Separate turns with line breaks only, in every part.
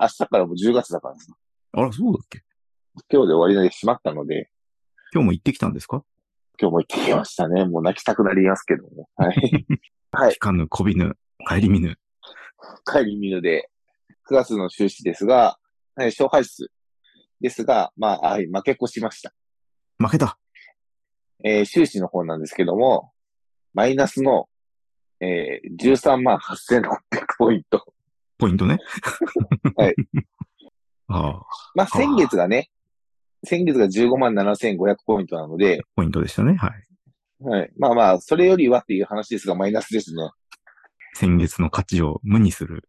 明日からもう10月だからさ、
あら、そうだっけ
今日で終わりでしまったので、
今日も行ってきたんですか
今日も行ってきましたね。もう泣きたくなりますけども。はい。はい
聞かぬ、こびぬ、帰り見ぬ。
帰り見るで、9月の終始ですが、はい、勝敗数ですが、まあ、はい、負け越しました。
負けた。
えー収支の方なんですけども、マイナスの、えー、13万8600ポイント。
ポイントね。
はい。
ああ、
まあ、先月がね、先月が15万7500ポイントなので、
ポイントでしたね。はい。
はい、まあまあ、それよりはっていう話ですが、マイナスですね。
先月の価値を無にする。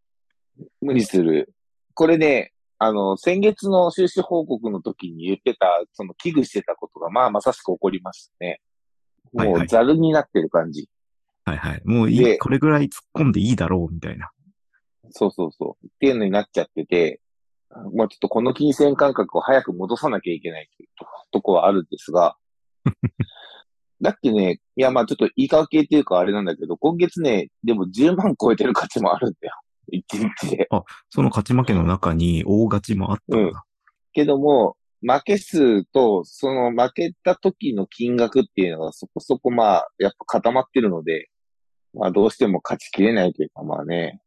無理する。これね、あの、先月の収支報告の時に言ってた、その危惧してたことが、まあまさしく起こりましたね。も
はいは
う
い
ザルになってる感じ。
はいはい。もういい、
で
これぐらい突っ込んでいいだろう、みたいな。
そうそうそう。っていうのになっちゃってて、もうちょっとこの金銭感覚を早く戻さなきゃいけないというととこはあるんです が、だってね、いやまあちょっと言い訳っていうかあれなんだけど、今月ね、でも10万超えてる価値もあるんだよ。一日で。
その勝ち負けの中に大勝ちもあったんだ。
けども、負け数と、その負けた時の金額っていうのがそこそこまあ、やっぱ固まってるので、まあどうしても勝ちきれないというかまあね、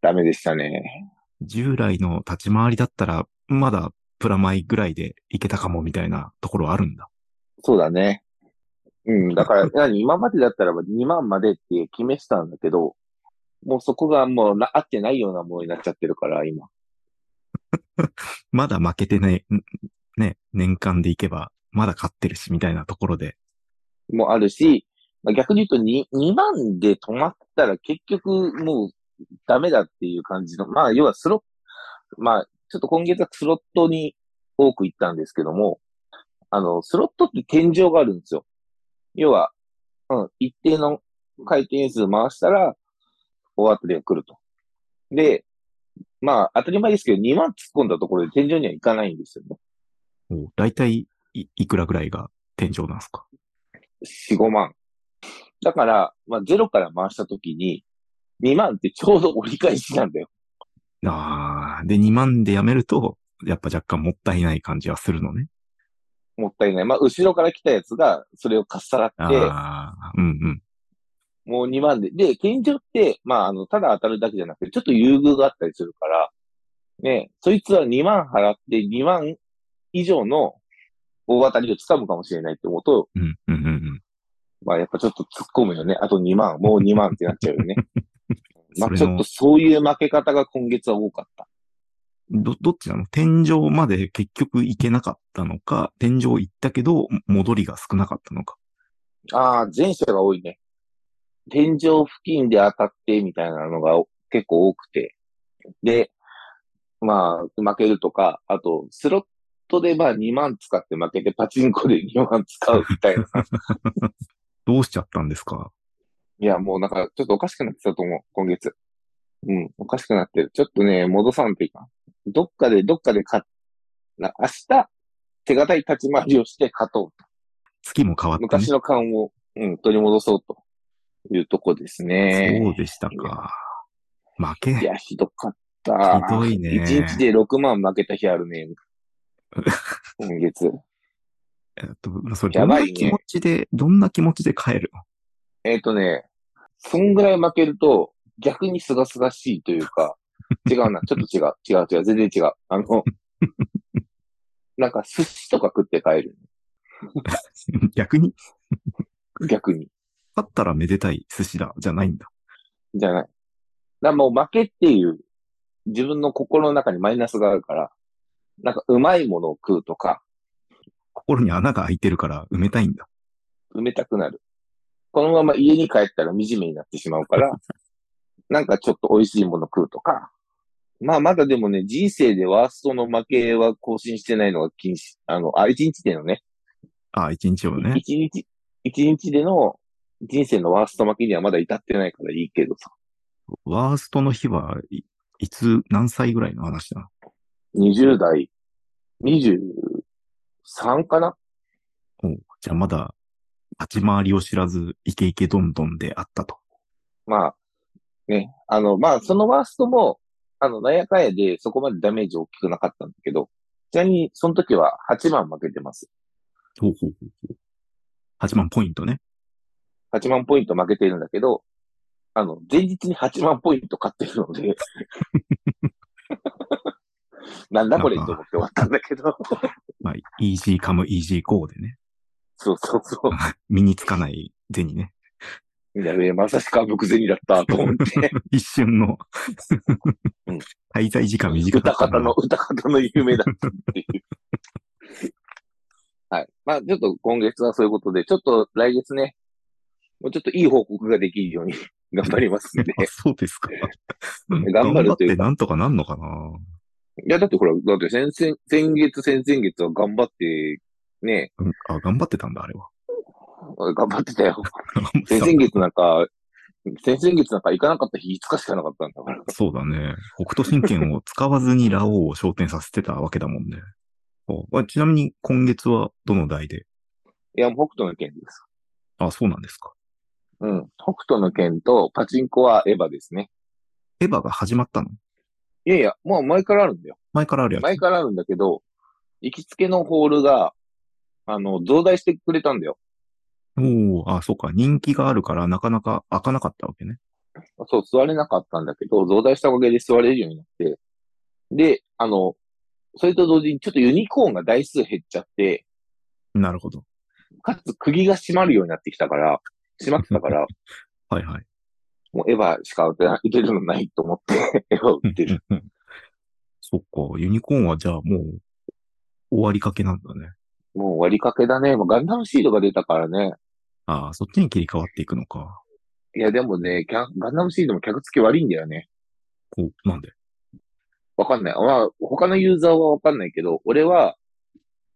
ダメでしたね。
従来の立ち回りだったら、まだプラマイぐらいでいけたかも、みたいなところあるんだ。
そうだね。うん、だから、何、今までだったらば2万までって決めてたんだけど、もうそこがもうな合ってないようなものになっちゃってるから、今。
まだ負けてない、んね、年間でいけば、まだ勝ってるし、みたいなところで。
もあるし、まあ、逆に言うと 2, 2万で止まったら結局もうダメだっていう感じの、まあ要はスロまあちょっと今月はスロットに多く行ったんですけども、あの、スロットって天井があるんですよ。要は、うん、一定の回転数回したら、大当たりが来ると。で、まあ当たり前ですけど、2万突っ込んだところで天井には行かないんですよね。
おだいたい、いいくらぐらいが天井なんですか
4、5万。だから、まあ、ゼロから回したときに、2万ってちょうど折り返しなんだよ。
ああ、で、2万でやめると、やっぱ若干もったいない感じはするのね。
もったいない。まあ、後ろから来たやつが、それをかっさらって、
ああ、うんうん。
もう2万で。で、天井って、まあ、あの、ただ当たるだけじゃなくて、ちょっと優遇があったりするから、ね、そいつは2万払って、2万以上の大当たりを掴むかもしれないって思うと、
うん、うん、うんうん。
まあ、やっぱちょっと突っ込むよね。あと2万、もう2万ってなっちゃうよね。ま
そ
あ、
れ
ちょっ
の
と、そういう負け方が今月は多かった。
ど、どっちなの天井まで結局行けなかったのか、天井行ったけど、戻りが少なかったのか。
ああ、前者が多いね。天井付近で当たってみたいなのが結構多くて。で、まあ、負けるとか、あと、スロットでまあ2万使って負けて、パチンコで2万 使うみた いな。
どうしちゃったんですか
いや、もうなんか、ちょっとおかしくなってたと思う、今月。うん、おかしくなってる。ちょっとね、戻さんといかん。どっかで、どっかで勝っ、な明日、手堅い立ち回りをして勝とう。
月も変わったね。
昔の勘を、うん、取り戻そうというとこですね。
そうでしたか。負け。
いや、ひどかった。
ひどいね
一日で6万負けた日あるね。今月。
えっと、それ、ど
や
ん
ばい
な
ね
気持ちで、どんな気持ちで帰る の
えっ、とね、そんぐらい負けると、逆にすがすがしいというか、違 うな、ちょっと違う、違う違う、全然違う。あの、なんか寿司とか食って帰る。
逆に、
逆に。
勝ったらめでたい寿司だ、じゃないんだ。
じゃない。だからもう負けっていう、自分の心の中にマイナスがあるから、なんかうまいものを食うとか、
心に穴が開いてるから埋めたいんだ。
埋めたくなる。このまま家に帰ったら惨めになってしまうから、なんかちょっと美味しいもの食うとか。まあまだでもね、人生でワーストの負けは更新してないのが禁止。あの、あ、一日でのね、
ああ、一日をね。
一日、一日での人生のワースト負けにはまだ至ってないからいいけどさ。
ワーストの日はい、いつ、何歳ぐらいの話なの
20代、23かな
おうじゃあまだ、立ち回りを知らず、イケイケどんどんであったと。
まあ、ね、あの、まあ、そのワーストも、あの、なんやかんやでそこまでダメージ大きくなかったんだけど、ちなみにその時は8万負けてます。
ほうほうほうほう。8万ポイントね。
8万ポイント負けてるんだけど、あの、前日に8万ポイント買ってるの で、なんだこれと思って終わったんだけど、
まあ、イージーカム、イージーゴーでね。
そうそうそう。
身につかない銭ね。
やべえ、まさしくあぶく銭だったと思って、
一瞬の
うん。
滞在時間短か
歌
ったな。
方の、 歌方の夢だったっていう。はい。まあ、ちょっと今月はそういうことで、ちょっと来月ね、もうちょっといい報告ができるように 頑張りますんで。
あそうですか。
頑張るという
頑張ってなんとかなんのかな。
いや、だってほら、だって先々、先月、先々月は頑張って、ね、
うんあ、頑張ってたんだ、あれは。
頑張ってた よ。
頑張っ
先
てたんだ
々月なんか、先々月なんか行かなかった日5日しかなかったんだから。
そうだね。北斗神拳を使わずにラオウを昇天させてたわけだもんね。 おあちなみに今月はどの台で
いや、北斗の剣です。
あ、そうなんですか。
うん。北斗の剣とパチンコはエヴァですね。
エヴァが始まったの
いやいや、もう前からあるんだよ。
前からあるや
前からあるんだけど、行きつけのホールが、あの、増大してくれたんだよ。
つ。おおあ、そうか。人気があるからなかなか開かなかったわけね。
そう、座れなかったんだけど、増大したおかげで座れるようになって、で、あの、それと同時にちょっとユニコーンが台数減っちゃって、
なるほど。
かつ、釘が閉まるようになってきたから、閉まってた から、
はいはい。
もうエヴァしか打てない打てるのないと思って、 エヴァを打ってる。
うんうんそっか。ユニコーンはじゃあもう終わりかけなんだね。
もう終わりかけだね。もうガンダムシードが出たからね。
ああ、そっちに切り替わっていくのか。
いや、でもね、キャガンダムシードも客付き悪いんだよね。
こう、なんで
わかんない。まあ、他のユーザーはわかんないけど、俺は、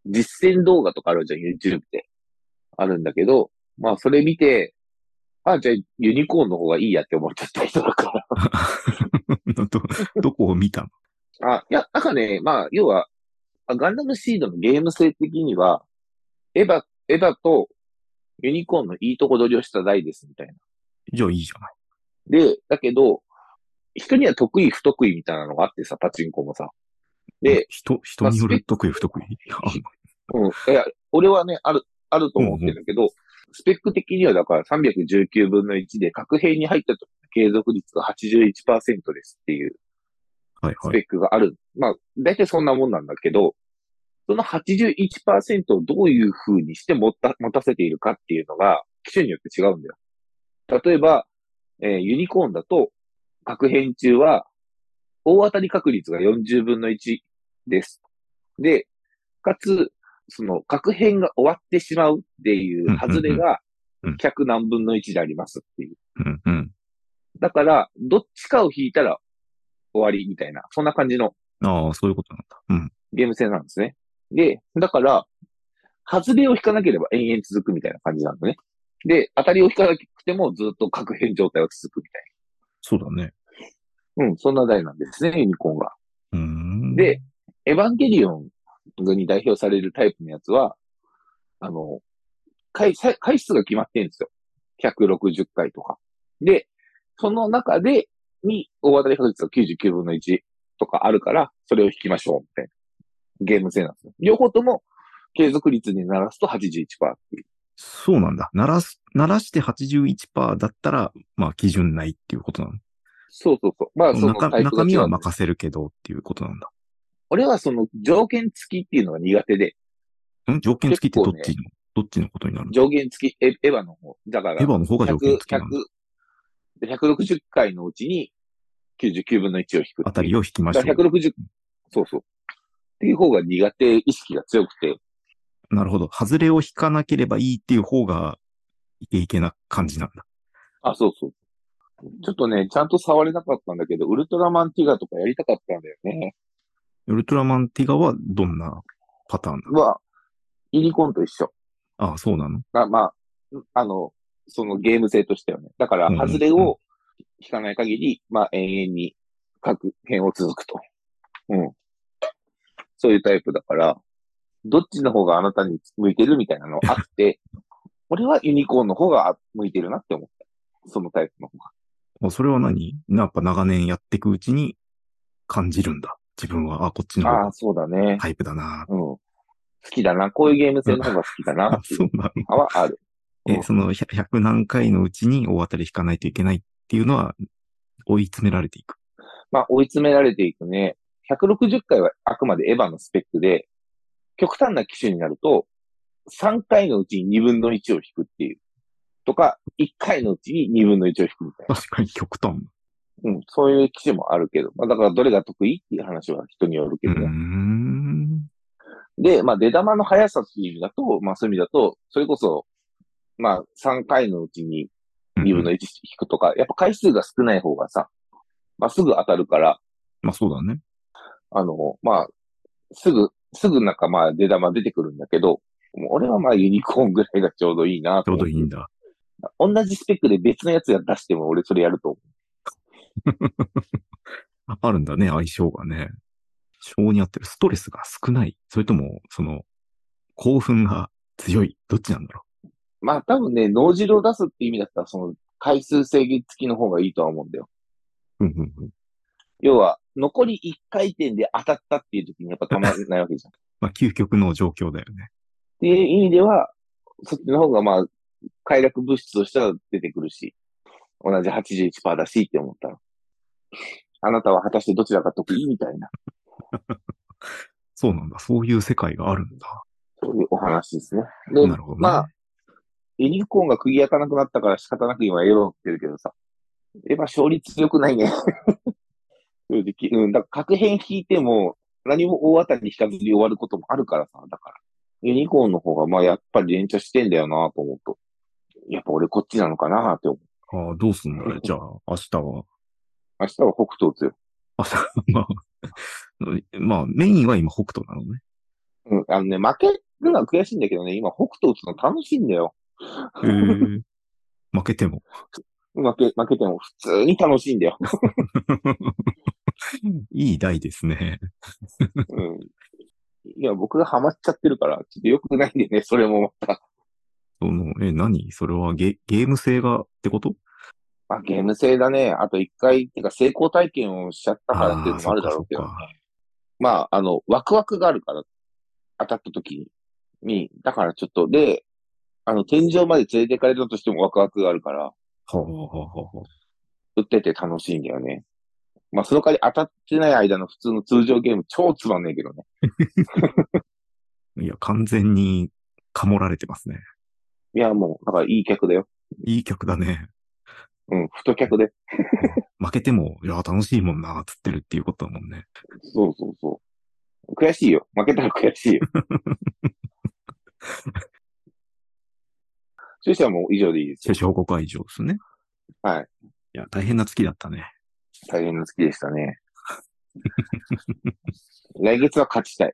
実践動画とかあるじゃん、YouTube で。あるんだけど、まあ、それ見て、あ、じゃあ、ユニコーンの方がいいやって思っちゃった人だから。
ど、どこを見たの
あ、いや、なんかね、まあ、要は、あガンダムシードのゲーム性的には、エヴァ、エヴァとユニコーンのいいとこ取りをした台です、みたいな。
じゃあいいじゃない。
で、だけど、人には得意不得意みたいなのがあってさ、パチンコもさ。で、
人、人によ
まあ
る
ス
得意不得意あ
うん、いや、俺はね、ある、あると思ってるんだけど、スペック的にはだから319分の1で、核兵に入った時の継続率が81%ですっていう
はい
ス
は
ペ
い。
ックがある。まあ、大体そんなもんなんだけど、その81%をどういう風にして持た、持たせているかっていうのが、機種によって違うんだよ。例えば、えーユニコーンだと、各編中は、大当たり確率が40分の1です。で、かつ、その、各編が終わってしまうっていう外れが
うんうんうんうん、
100何分の1でありますっていう。
うんうん。
だから、どっちかを引いたら終わりみたいな、そんな感じの
ああ、そういうことなんだ。うん。
ゲーム性なんですね。で、だから、外れを引かなければ延々続くみたいな感じなんだね。で、当たりを引かなくてもずっと確変状態は続くみたい
そうだね。
な。うん、そんな台なんですね、ユニコーンが。
うーん。
で、エヴァンゲリオンに代表されるタイプのやつは、あの、回、さ回数が決まってるんですよ。160回とか。で、その中で、に、大当たり確率が99分の1とかあるから、それを引きましょう、みたいな。ゲーム性なんですよ。両方とも、継続率にならすと81%っていう。
そうなんだ。鳴らす、鳴らして81%だったら、まあ基準ないっていうことなの。
そうそうそう。まあ、その
中
タイプが
中身
違う
は
んで
任せるけどっていうことなんだ。
俺はその条件付きっていうのが苦手で、
ん条件付きってどっち
結
の、どっちのことになるの
上限付きエエヴァの方。だから、
エヴァの方が条件付きなの。
100 160回のうちに99分の1を引く。
当たりを引きまし
だ
ょ
から160、そうそう。っていう方が苦手意識が強くて、
う。なるほど。外れを引かなければいいっていう方が、いけいけな感じなんだ。
あ、そうそう。ちょっとね、ちゃんと触れなかったんだけど、ウルトラマンティガとかやりたかったんだよね。
ウルトラマンティガはどんなパターンなの
は、ユニコーンと一緒。
ああ、そうなの
まあ、まあ、あの、そのゲーム性としてはね。だから、
うんうんうん
外れを引かない限り、まあ、永遠に各辺を続くと。うん。そういうタイプだから、どっちの方があなたに向いてるみたいなのあって、 俺はユニコーンの方が向いてるなって思った。そのタイプの方が。
あそれは何やっぱ長年やっていくうちに、感じるんだ。自分は、あ、こっちの方
あ
が
あ、そうだね。
タイプだな。
うん。好きだな。こういうゲーム性の方が好きだな
あ、
ってい
そううなの。
のはある。
え
うん
その100 100何回のうちに大当たり引かないといけないっていうのは、追い詰められていく。
まあ、追い詰められていくね。160回はあくまでエヴァのスペックで、極端な機種になると、3回のうちに2分の1を引くっていう。とか、1回のうちに2分の1を引くみたいな。
確かに極端。
うん、そういう機種もあるけど。まあ、だからどれが得意っていう話は人によるけ
うー
ど。
ん。
で、まあ、出玉の速さっていう意味だと、まあ、そういう意味だと、それこそ、まあ、3回のうちに2分の1引くとか、やっぱ回数が少ない方がさ、まあ、すぐ当たるから、
まあそうだね。
あの、まあ、すぐ、すぐなんかまあ出玉出てくるんだけど、もう俺はまあユニコーンぐらいがちょうどいいな
ち
と
ょう
思
どいいんだ。
同じスペックで別のやつが出しても俺それやると思
あるんだね、相性がね。性に合ってる。ストレスが少ない。それとも、その、興奮が強い。どっちなんだろ
う。まあ多分ね、脳汁を出すって意味だったらその回数制限付きの方がいいとは思うんだよ。
う。うんうんうん。
要は、残り1回転で当たったっていう時にやっぱたまらないわけじゃん。っ
まあ究極の状況だよね。
て いう意味では、そっちの方がまあ、快楽物質としては出てくるし、同じ81%だしって思ったら。あなたは果たしてどちらが得意みたいな。
そうなんだ。そういう世界があるんだ。
そういうお話ですね。で、
なるほど、ね。
まあ、ユニコーンが釘開かなくなったから仕方なく今エヴァをってるけどさ。エヴァ勝率良くないね。 正直。うん。だから、確変引いても何も大当たり引かずに終わることもあるからさ。だから。ユニコーンの方が、まあ、やっぱり連射してんだよなと思うと。やっぱ俺こっちなのかなって思う。
ああ、どうすん のねじゃあ、明日は。
明日は北斗強い。
明日は、まあ、 まあ、メインは今北斗な のね。
うん。あのね、負けるのは悔しいんだけどね、今北斗打つの楽しいんだよ。
へえ。負けても。
負け、負けても普通に楽しいんだよ。
いい台ですね。
うん。いや、僕がハマっちゃってるから、ちょっと良くないんでね、それもまた。
その、え、何それはゲ、ゲーム性がってこと
まあ、ゲーム性だね。あと一回、っていうか成功体験をしちゃったからっていうのもあるだろうけど。
あーそっか
まあ、あの、ワクワクがあるから、当たった時に、だからちょっと、で、あの、天井まで連れて行かれたとしてもワクワクがあるから、
はあ、はあはあはあ、
打ってて楽しいんだよね。まあ、その代わり当たってない間の普通の通常ゲーム超つまんねえけどね。
いや、完全に、かもられてますね。
いや、もう、だからいい客だよ。
いい客だね。
うん、太客で。
負けても、いや、楽しいもんな、つってるっていうことだもんね。
そうそうそう。悔しいよ。負けたら悔しいよ。注射はもう以上でいいです
車
よ。
掌5回以上ですね。
はい。
いや、大変な月だったね。
大変な月でしたね。来月は勝ちたい。